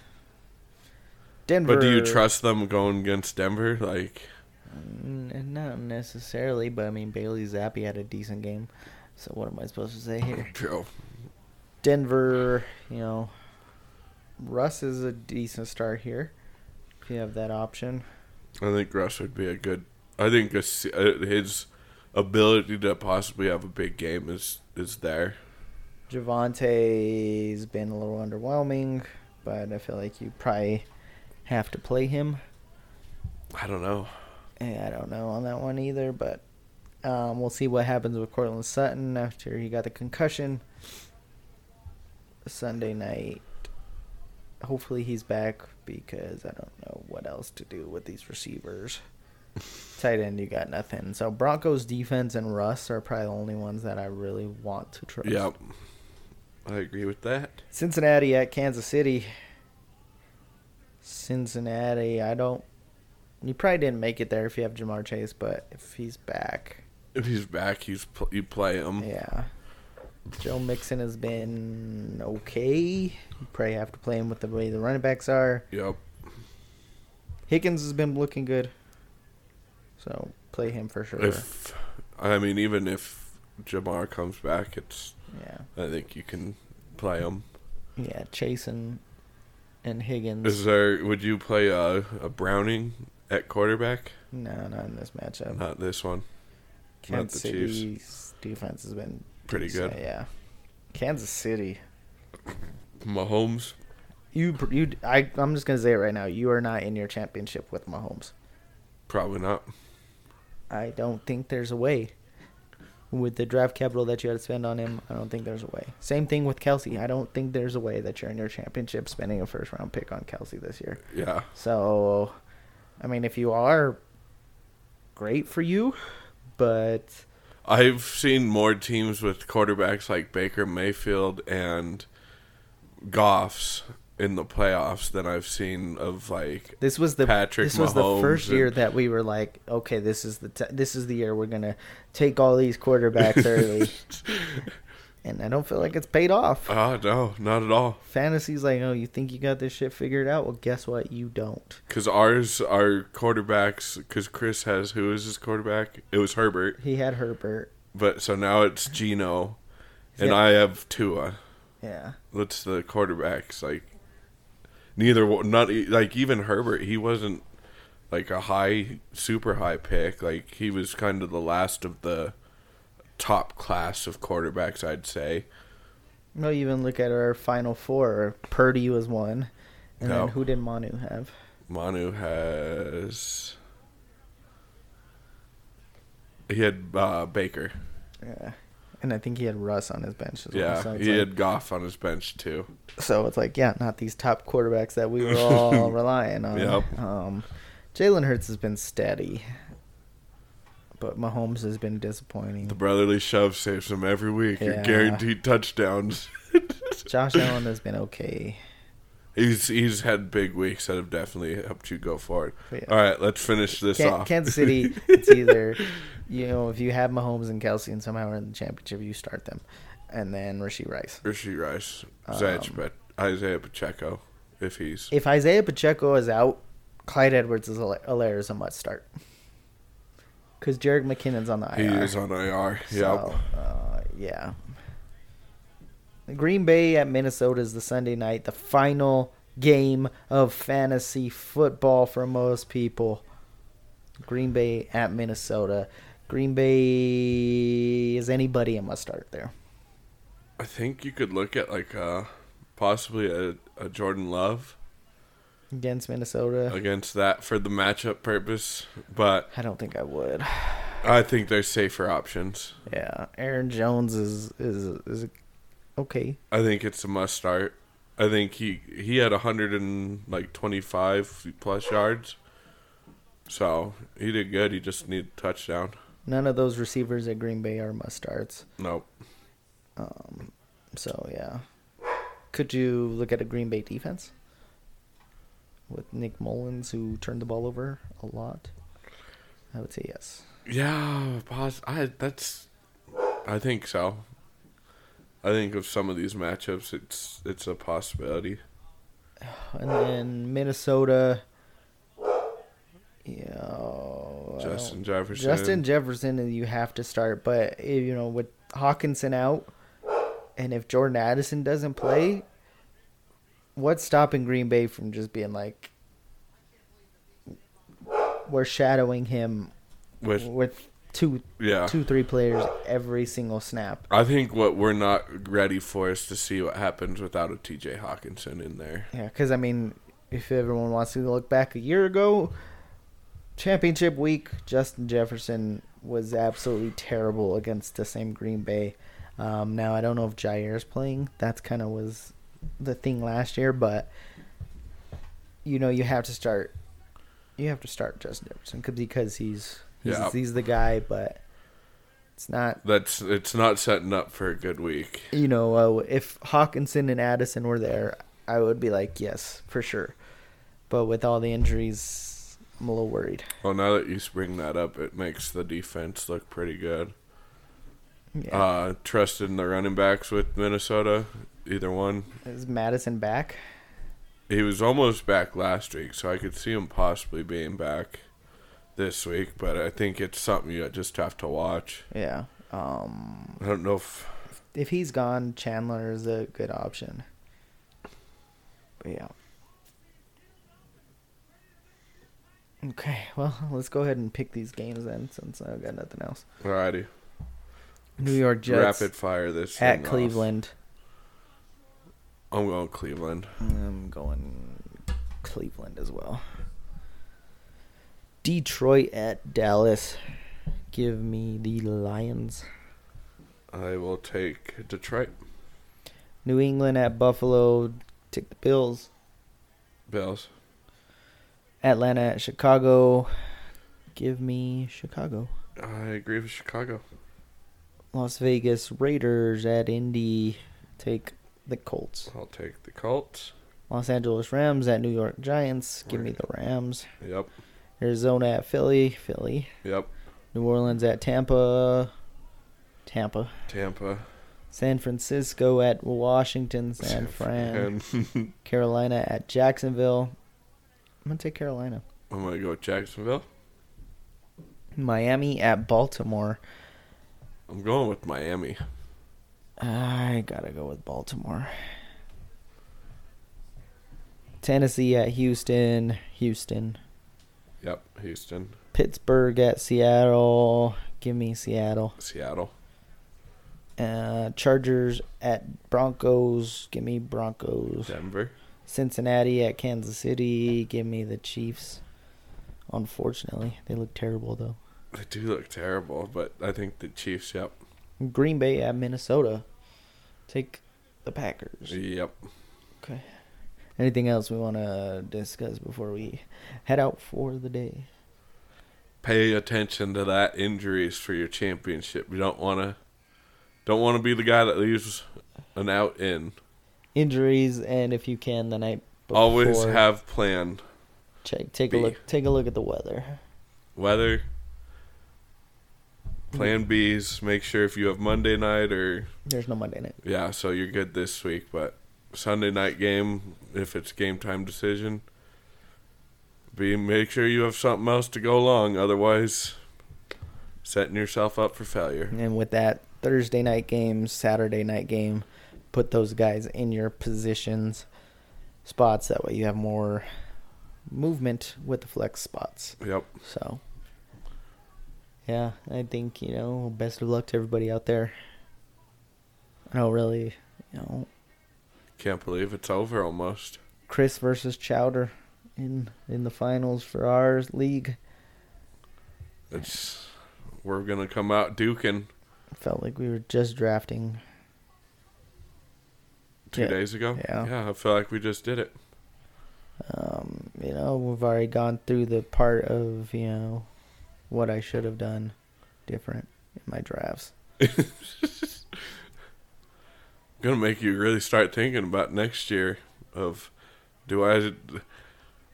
Denver.
But do you trust them going against Denver? Like,
N- not necessarily, but I mean Bailey Zappi had a decent game, so what am I supposed to say here?
true.
Denver, you know, Russ is a decent start here. If you have that option,
I think Russ would be a good. I think a s uh his ability to possibly have a big game is is there.
Javante's been a little underwhelming, but I feel like you probably have to play him.
I don't know.
Eh, I don't know on that one either, but um, we'll see what happens with Cortland Sutton after he got the concussion Sunday night. Hopefully he's back because I don't know what else to do with these receivers. Tight end, you got nothing. So Broncos defense and Russ are probably the only ones that I really want to trust.
Yep. I agree with that.
Cincinnati at Kansas City. Cincinnati, I don't. You probably didn't make it there if you have Jamar Chase, but if he's back,
If he's back, he's pl- you play him.
yeah. Joe Mixon has been okay. You probably have to play him with the way the running backs are.
Yep.
Higgins has been looking good, so play him for sure.
If I mean, even if Jamar comes back, it's
yeah,
I think you can play him.
yeah. Chase and and Higgins.
Is there? Would you play a, a Browning at quarterback?
no, not in this matchup.
Not this one.
Kansas
the Chiefs.
City's defense has been
Pretty
decent,
good.
uh, Yeah, Kansas City.
Mahomes.
You you I I'm just gonna say it right now. You are not in your championship with Mahomes.
Probably not.
I don't think there's a way. With the draft capital that you had to spend on him, I don't think there's a way. Same thing with Kelsey. I don't think there's a way that you're in your championship spending a first round pick on Kelsey this year.
Yeah.
So, I mean, if you are, great for you, but
I've seen more teams with quarterbacks like Baker Mayfield and Goffs in the playoffs than I've seen of like
This was the
Patrick
This was the
Mahomes
first year
and-
that we were like, okay, this is the t- this is the year we're gonna take all these quarterbacks early, and I don't feel like it's paid off.
oh no, not at all.
Fantasy's like, oh, you think you got this shit figured out? Well, guess what? You don't.
Because ours are quarterbacks. Because Chris has who is his quarterback? It was Herbert,
He had Herbert.
but so now it's Gino, and
Yeah.
I have Tua.
Yeah,
That's the quarterbacks. Like neither, wa- not e- like even Herbert. He wasn't like a high, super high pick. Like he was kind of the last of the top class of quarterbacks, I'd say.
no, even look at our final four. Purdy was one, and
No.
then who did Manu have?
Manu has. He had uh, Baker.
Yeah. And I think he had Russ on his bench as well.
Yeah,
so, it's
he
like,
had Goff on his bench too.
so it's like, yeah, not these top quarterbacks that we were all relying on.
Yep.
Um, Jalen Hurts has been steady, but Mahomes has been disappointing.
The brotherly shove saves him every week. You're
Yeah.
guaranteed touchdowns.
Josh Allen has been okay.
he's he's had big weeks that have definitely helped you go forward.
But yeah.
All right, let's finish this
Can-
off.
Kansas City, it's either, you know, if you have Mahomes and Kelsey and somehow are in the championship, you start them. And then Rasheed Rice.
Rishi Rice, Zach
Um,
Bet- Isaiah Pacheco, if he's
If Isaiah Pacheco is out, Clyde Edwards is Alaire is a must start. Because Jarek McKinnon's on the IR.
he is on IR.
So,
Yep.
uh, yeah. Green Bay at Minnesota is the Sunday night, the final game of fantasy football for most people. Green Bay at Minnesota. Green Bay is anybody in must start there.
I think you could look at like uh possibly a, a Jordan Love
Against Minnesota,
against that for the matchup purpose, but
I don't think I would.
I think there's safer options.
Yeah, Aaron Jones is is is okay.
I think it's a must start. I think he he had a hundred and like twenty five plus yards, so he did good. He just needed a touchdown.
None of those receivers at Green Bay are must starts.
Nope.
So yeah, could you look at a Green Bay defense with Nick Mullins, who turned the ball over a lot? I would say yes.
Yeah, pos- I that's I think so. I think of some of these matchups, it's it's a possibility.
And then Minnesota. Yeah, I don't-
Justin Jefferson.
Justin Jefferson, and you have to start. But eh, you know, with Hawkinson out, and if Jordan Addison doesn't play, what's stopping Green Bay from just being like, we're shadowing him
with
with two,
Yeah.
two, three players every single snap.
I think what we're not ready for is to see what happens without a TJ Hawkinson in there.
Yeah, because I mean, if everyone wants to look back a year ago, championship week, Justin Jefferson was absolutely terrible against the same Green Bay. Um, now I don't know if Jair's playing. That's kind of was the thing last year, but you know you have to start. You have to start Justin Jefferson 'cause- because he's he's,
Yeah.
he's the guy, but it's not
That's it's not setting up for a good week.
you know, uh, if Hawkinson and Addison were there, I would be like, yes, for sure. But with all the injuries, I'm a little worried.
Well, now that you bring that up, it makes the defense look pretty good.
Yeah.
Uh, trusted in the running backs with Minnesota, either one.
Is Madison back?
He was almost back last week, so I could see him possibly being back this week. But I think it's something you just have to watch.
Yeah. Um,
I don't know if
if he's gone, Chandler is a good option. But yeah. Okay, well, let's go ahead and pick these games then, since I've got nothing else.
alrighty
New York Jets
rapid fire this thing
at
off.
Cleveland.
I'm going Cleveland.
I'm going Cleveland as well. Detroit at Dallas. Give me the Lions.
I will take Detroit
New England at Buffalo. Take the Bills.
Bills.
Atlanta at Chicago. Give me Chicago.
I agree with Chicago.
Las Vegas Raiders at Indy. Take the Colts.
I'll take the Colts.
Los Angeles Rams at New York Giants. Give me the Rams.
Yep.
Arizona at Philly. Philly.
Yep.
New Orleans at Tampa. Tampa.
Tampa.
San Francisco at Washington, San Fran,
And
Carolina at Jacksonville. I'm gonna take Carolina.
I'm gonna go with Jacksonville.
Miami at Baltimore.
I'm going with Miami.
I gotta go with Baltimore. Tennessee at Houston, Houston.
Yep. Houston.
Pittsburgh at Seattle. Give me Seattle.
Seattle.
Uh, Chargers at Broncos. Give me Broncos.
Denver.
Cincinnati at Kansas City. Give me the Chiefs. Unfortunately, they look terrible though.
They do look terrible, but I think the Chiefs. Yep.
Green Bay at Minnesota. Take the Packers.
Yep.
Okay. Anything else we want to discuss before we head out for the day?
Pay attention to that injuries for your championship. You don't wanna don't wanna be the guy that leaves an out in.
Injuries, and if you can, the night before.
Always have plan.
check. Take
B.
a look. Take a look at the weather.
weather plan b's make sure if you have monday night or
There's no Monday night.
yeah so you're good this week but sunday night game if it's game time decision be make sure you have something else to go along otherwise setting yourself up for failure
And with that Thursday night game, Saturday night game, put those guys in your positions, spots. That way you have more movement with the flex spots.
yep
So, yeah, I think, you know, best of luck to everybody out there. I know, really, you know,
can't believe it's over almost
Chris versus Chowder in in the finals for our league.
it's we're gonna come out duking
Felt like we were just drafting.
two
Yeah.
days ago
Yeah.
yeah i feel like we just did it
Um, you know, we've already gone through the part of, you know, what I should have done different in my drafts.
gonna make you really start thinking about next year of do I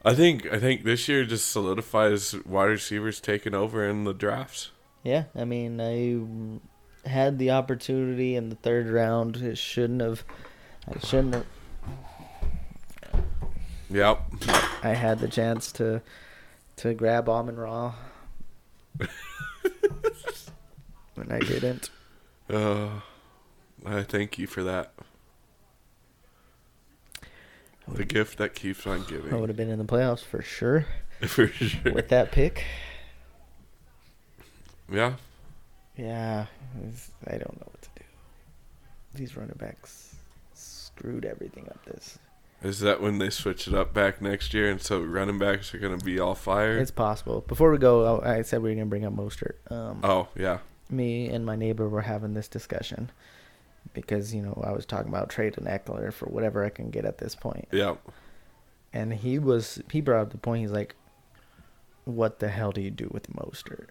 I think I think this year just solidifies wide receivers taking over in the drafts.
Yeah, I mean, I had the opportunity in the third round. It shouldn't have. I shouldn't have.
Yep.
I had the chance to to grab Almond Raw, and I didn't.
Uh, I thank you for that. The gift that keeps on
I would
giving.
have been in the playoffs for sure
For sure.
with that pick.
Yeah.
Yeah, it's- I don't know what to do. These running backs screwed everything up. This
Is that when they switch it up back next year, and so running backs are going to be all fired?
it's possible. Before we go, I I said we were gonna bring up Mostert. Um,
oh yeah,
me and my neighbor were having this discussion because you know I was talking about trading Eckler for whatever I can get at this point,
yeah.
and he was he brought up the point. He's like, "What the hell do you do with Mostert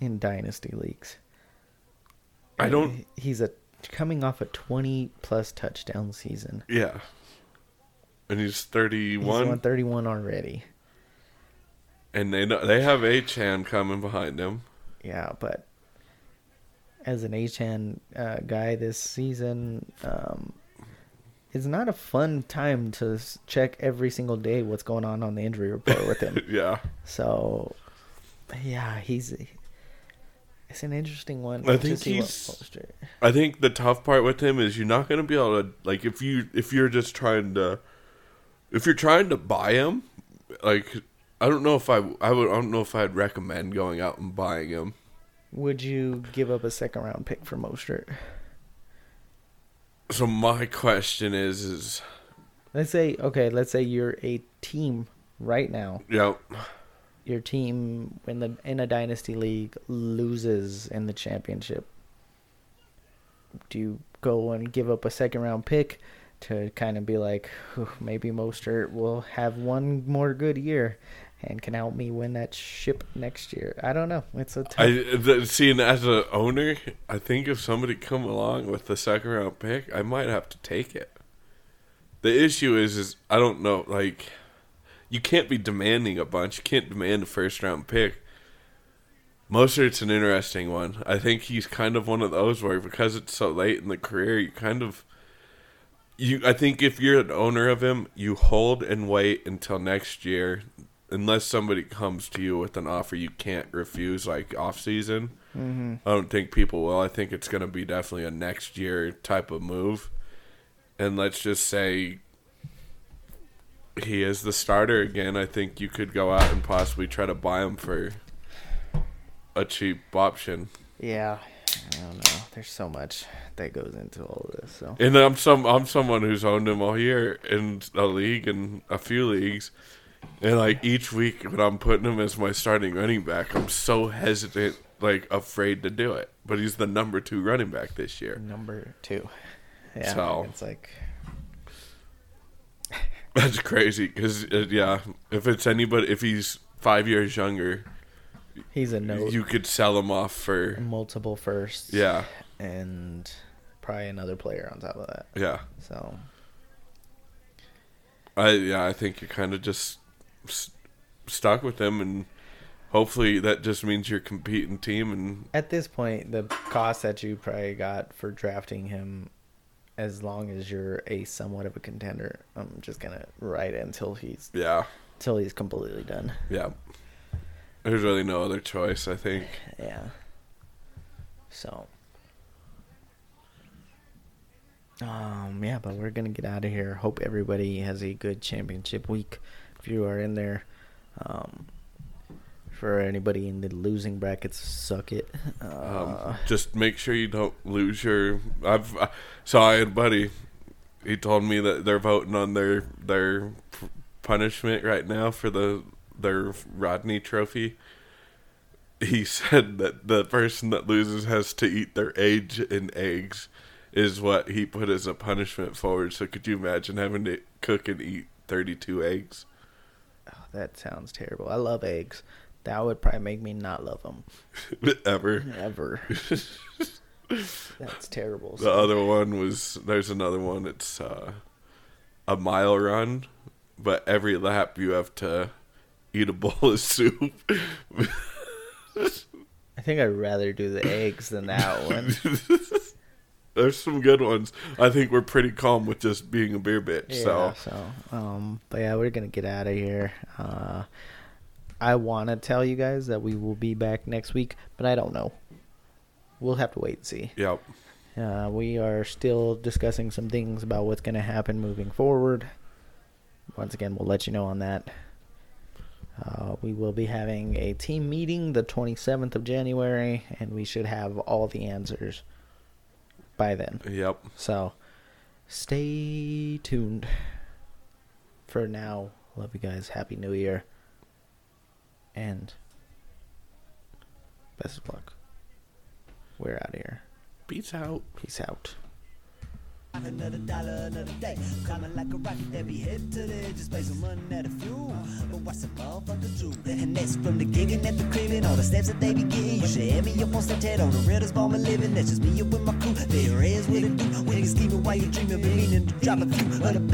in dynasty leagues?"
I
And
don't.
he- He's a coming off a twenty plus touchdown season.
Yeah. And he's
He's
31,
won thirty one already.
and they know, they have Achan coming behind him.
Yeah, but as an HN uh, guy this season, um, it's not a fun time to s- check every single day what's going on on the injury report with him.
yeah,
So, yeah, he's it's an interesting one.
I
to
think
see what
he's-
Mostert-
I think the tough part with him is you're not going to be able to like if you if you're just trying to if you're trying to buy him, like I don't know if I I would I don't know if I'd recommend going out and buying him.
Would you give up a second round pick for Mostert?
So my question is is
Let's say okay, let's say you're a team right now.
yeah
Your team in the in a dynasty league loses in the championship. Do you go and give up a second round pick to kind of be like, "Whew, maybe Mostert will have one more good year and can help me win that ship next year? I don't know. It's a tough.
I th- seeing as an owner, I think if somebody come along with the second round pick, I might have to take it. The issue is, is I don't know. Like, you can't be demanding a bunch. You can't demand a first round pick. Mostert's an interesting one. I think he's kind of one of those where because it's so late in the career, you kind of you. I think if you're an owner of him, you hold and wait until next year, unless somebody comes to you with an offer you can't refuse, like off season. Mm-hmm. I don't think people will. I think it's going to be definitely a next year type of move. And let's just say he is the starter again. I think you could go out and possibly try to buy him for a cheap option.
yeah, I don't know. There's so much that goes into all of this. So
And I'm some I'm someone who's owned him all year in a league and a few leagues. And like each week when I'm putting him as my starting running back, I'm so hesitant, like afraid to do it. But he's the number two running back this year.
number two. Yeah,
So-
it's like
That's crazy because uh, yeah, if it's anybody, if he's five years younger,
he's a no.
you could sell him off for
multiple firsts.
yeah,
And probably another player on top of that.
yeah.
So
I yeah, I think you're kind of just s stuck with him, and hopefully that just means you're competing team. And
at this point, the cost that you probably got for drafting him, as long as you're a somewhat of a contender, I'm just gonna ride it until he's
yeah,
until he's completely done.
yeah. There's really no other choice. I think
Yeah. So. Um. Yeah, but we're gonna get out of here. Hope everybody has a good championship week. If you are in there, um, for anybody in the losing brackets, suck it. Uh,
um, just make sure you don't lose your. I've I, so I had a buddy. He told me that they're voting on their their p- punishment right now for the their Rodney Trophy. He said that the person that loses has to eat their age in eggs, is what he put as a punishment forward. So could you imagine having to cook and eat thirty two eggs?
oh, that sounds terrible. I love eggs. That would probably make me not love them
Ever.
ever. That's terrible.
The other one was there's another one. It's uh, a mile run, but every lap you have to eat a bowl of soup.
I think I'd rather do the eggs than that one.
there's some good ones. I think we're pretty calm with just being a beer bitch.
Yeah,
So
so, um, but yeah, we're gonna get out of here. Uh, I want to tell you guys that we will be back next week, but I don't know. We'll have to wait and see.
yeah,
Uh, we are still discussing some things about what's gonna happen moving forward. Once again, we'll let you know on that. Uh, we will be having a team meeting the 27th of January, and we should have all the answers by then.
Yep.
So stay tuned. For now, love you guys. Happy New Year. And best of luck. We're out of here.
Beats out.
Peace out.
Another dollar, another day. Climbing like a rocket that be hit to the edges. Pay some money at a fuel. But what's a motherfucker do? And that's from the gigging at the crib and all the steps that they be getting. You should have me up on step 10 on the realest ball my living. That's just me up with my crew. There is what it do. When you scheming while you dreaming, been meaning to drop a few hundred